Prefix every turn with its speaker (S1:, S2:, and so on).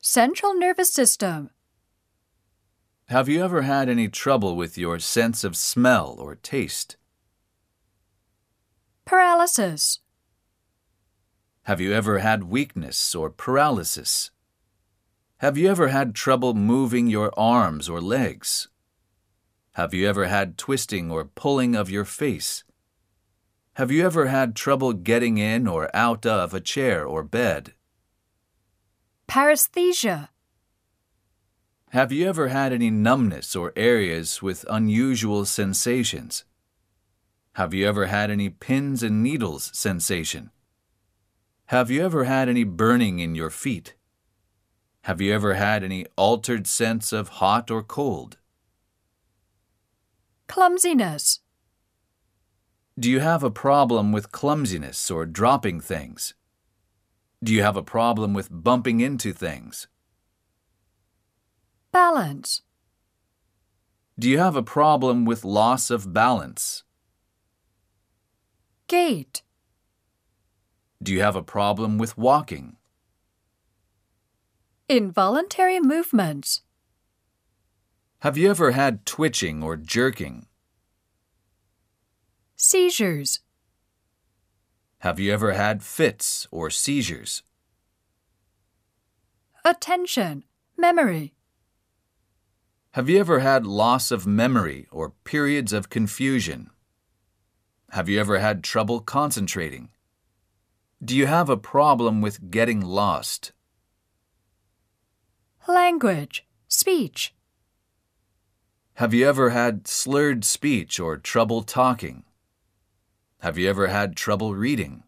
S1: Central nervous system.
S2: Have you ever had any trouble with your sense of smell or taste?
S1: Paralysis.
S2: Have you ever had weakness or paralysis? Have you ever had trouble moving your arms or legs? Have you ever had twisting or pulling of your face? Have you ever had trouble getting in or out of a chair or bed?
S1: Paresthesia.
S2: Have you ever had any numbness or areas with unusual sensations? Have you ever had any pins and needles sensation? Have you ever had any burning in your feet? Have you ever had any altered sense of hot or cold?
S1: Clumsiness.
S2: Do you have a problem with clumsiness or dropping things? Do you have a problem with bumping into things?
S1: Balance.
S2: Do you have a problem with loss of balance?
S1: Gait.
S2: Do you have a problem with walking?
S1: Involuntary movements.
S2: Have you ever had twitching or jerking?
S1: Seizures.
S2: Have you ever had fits or seizures?
S1: Attention. Memory.
S2: Have you ever had loss of memory or periods of confusion? Have you ever had trouble concentrating? Do you have a problem with getting lost?
S1: Language. Speech.
S2: Have you ever had slurred speech or trouble talking? Have you ever had trouble reading?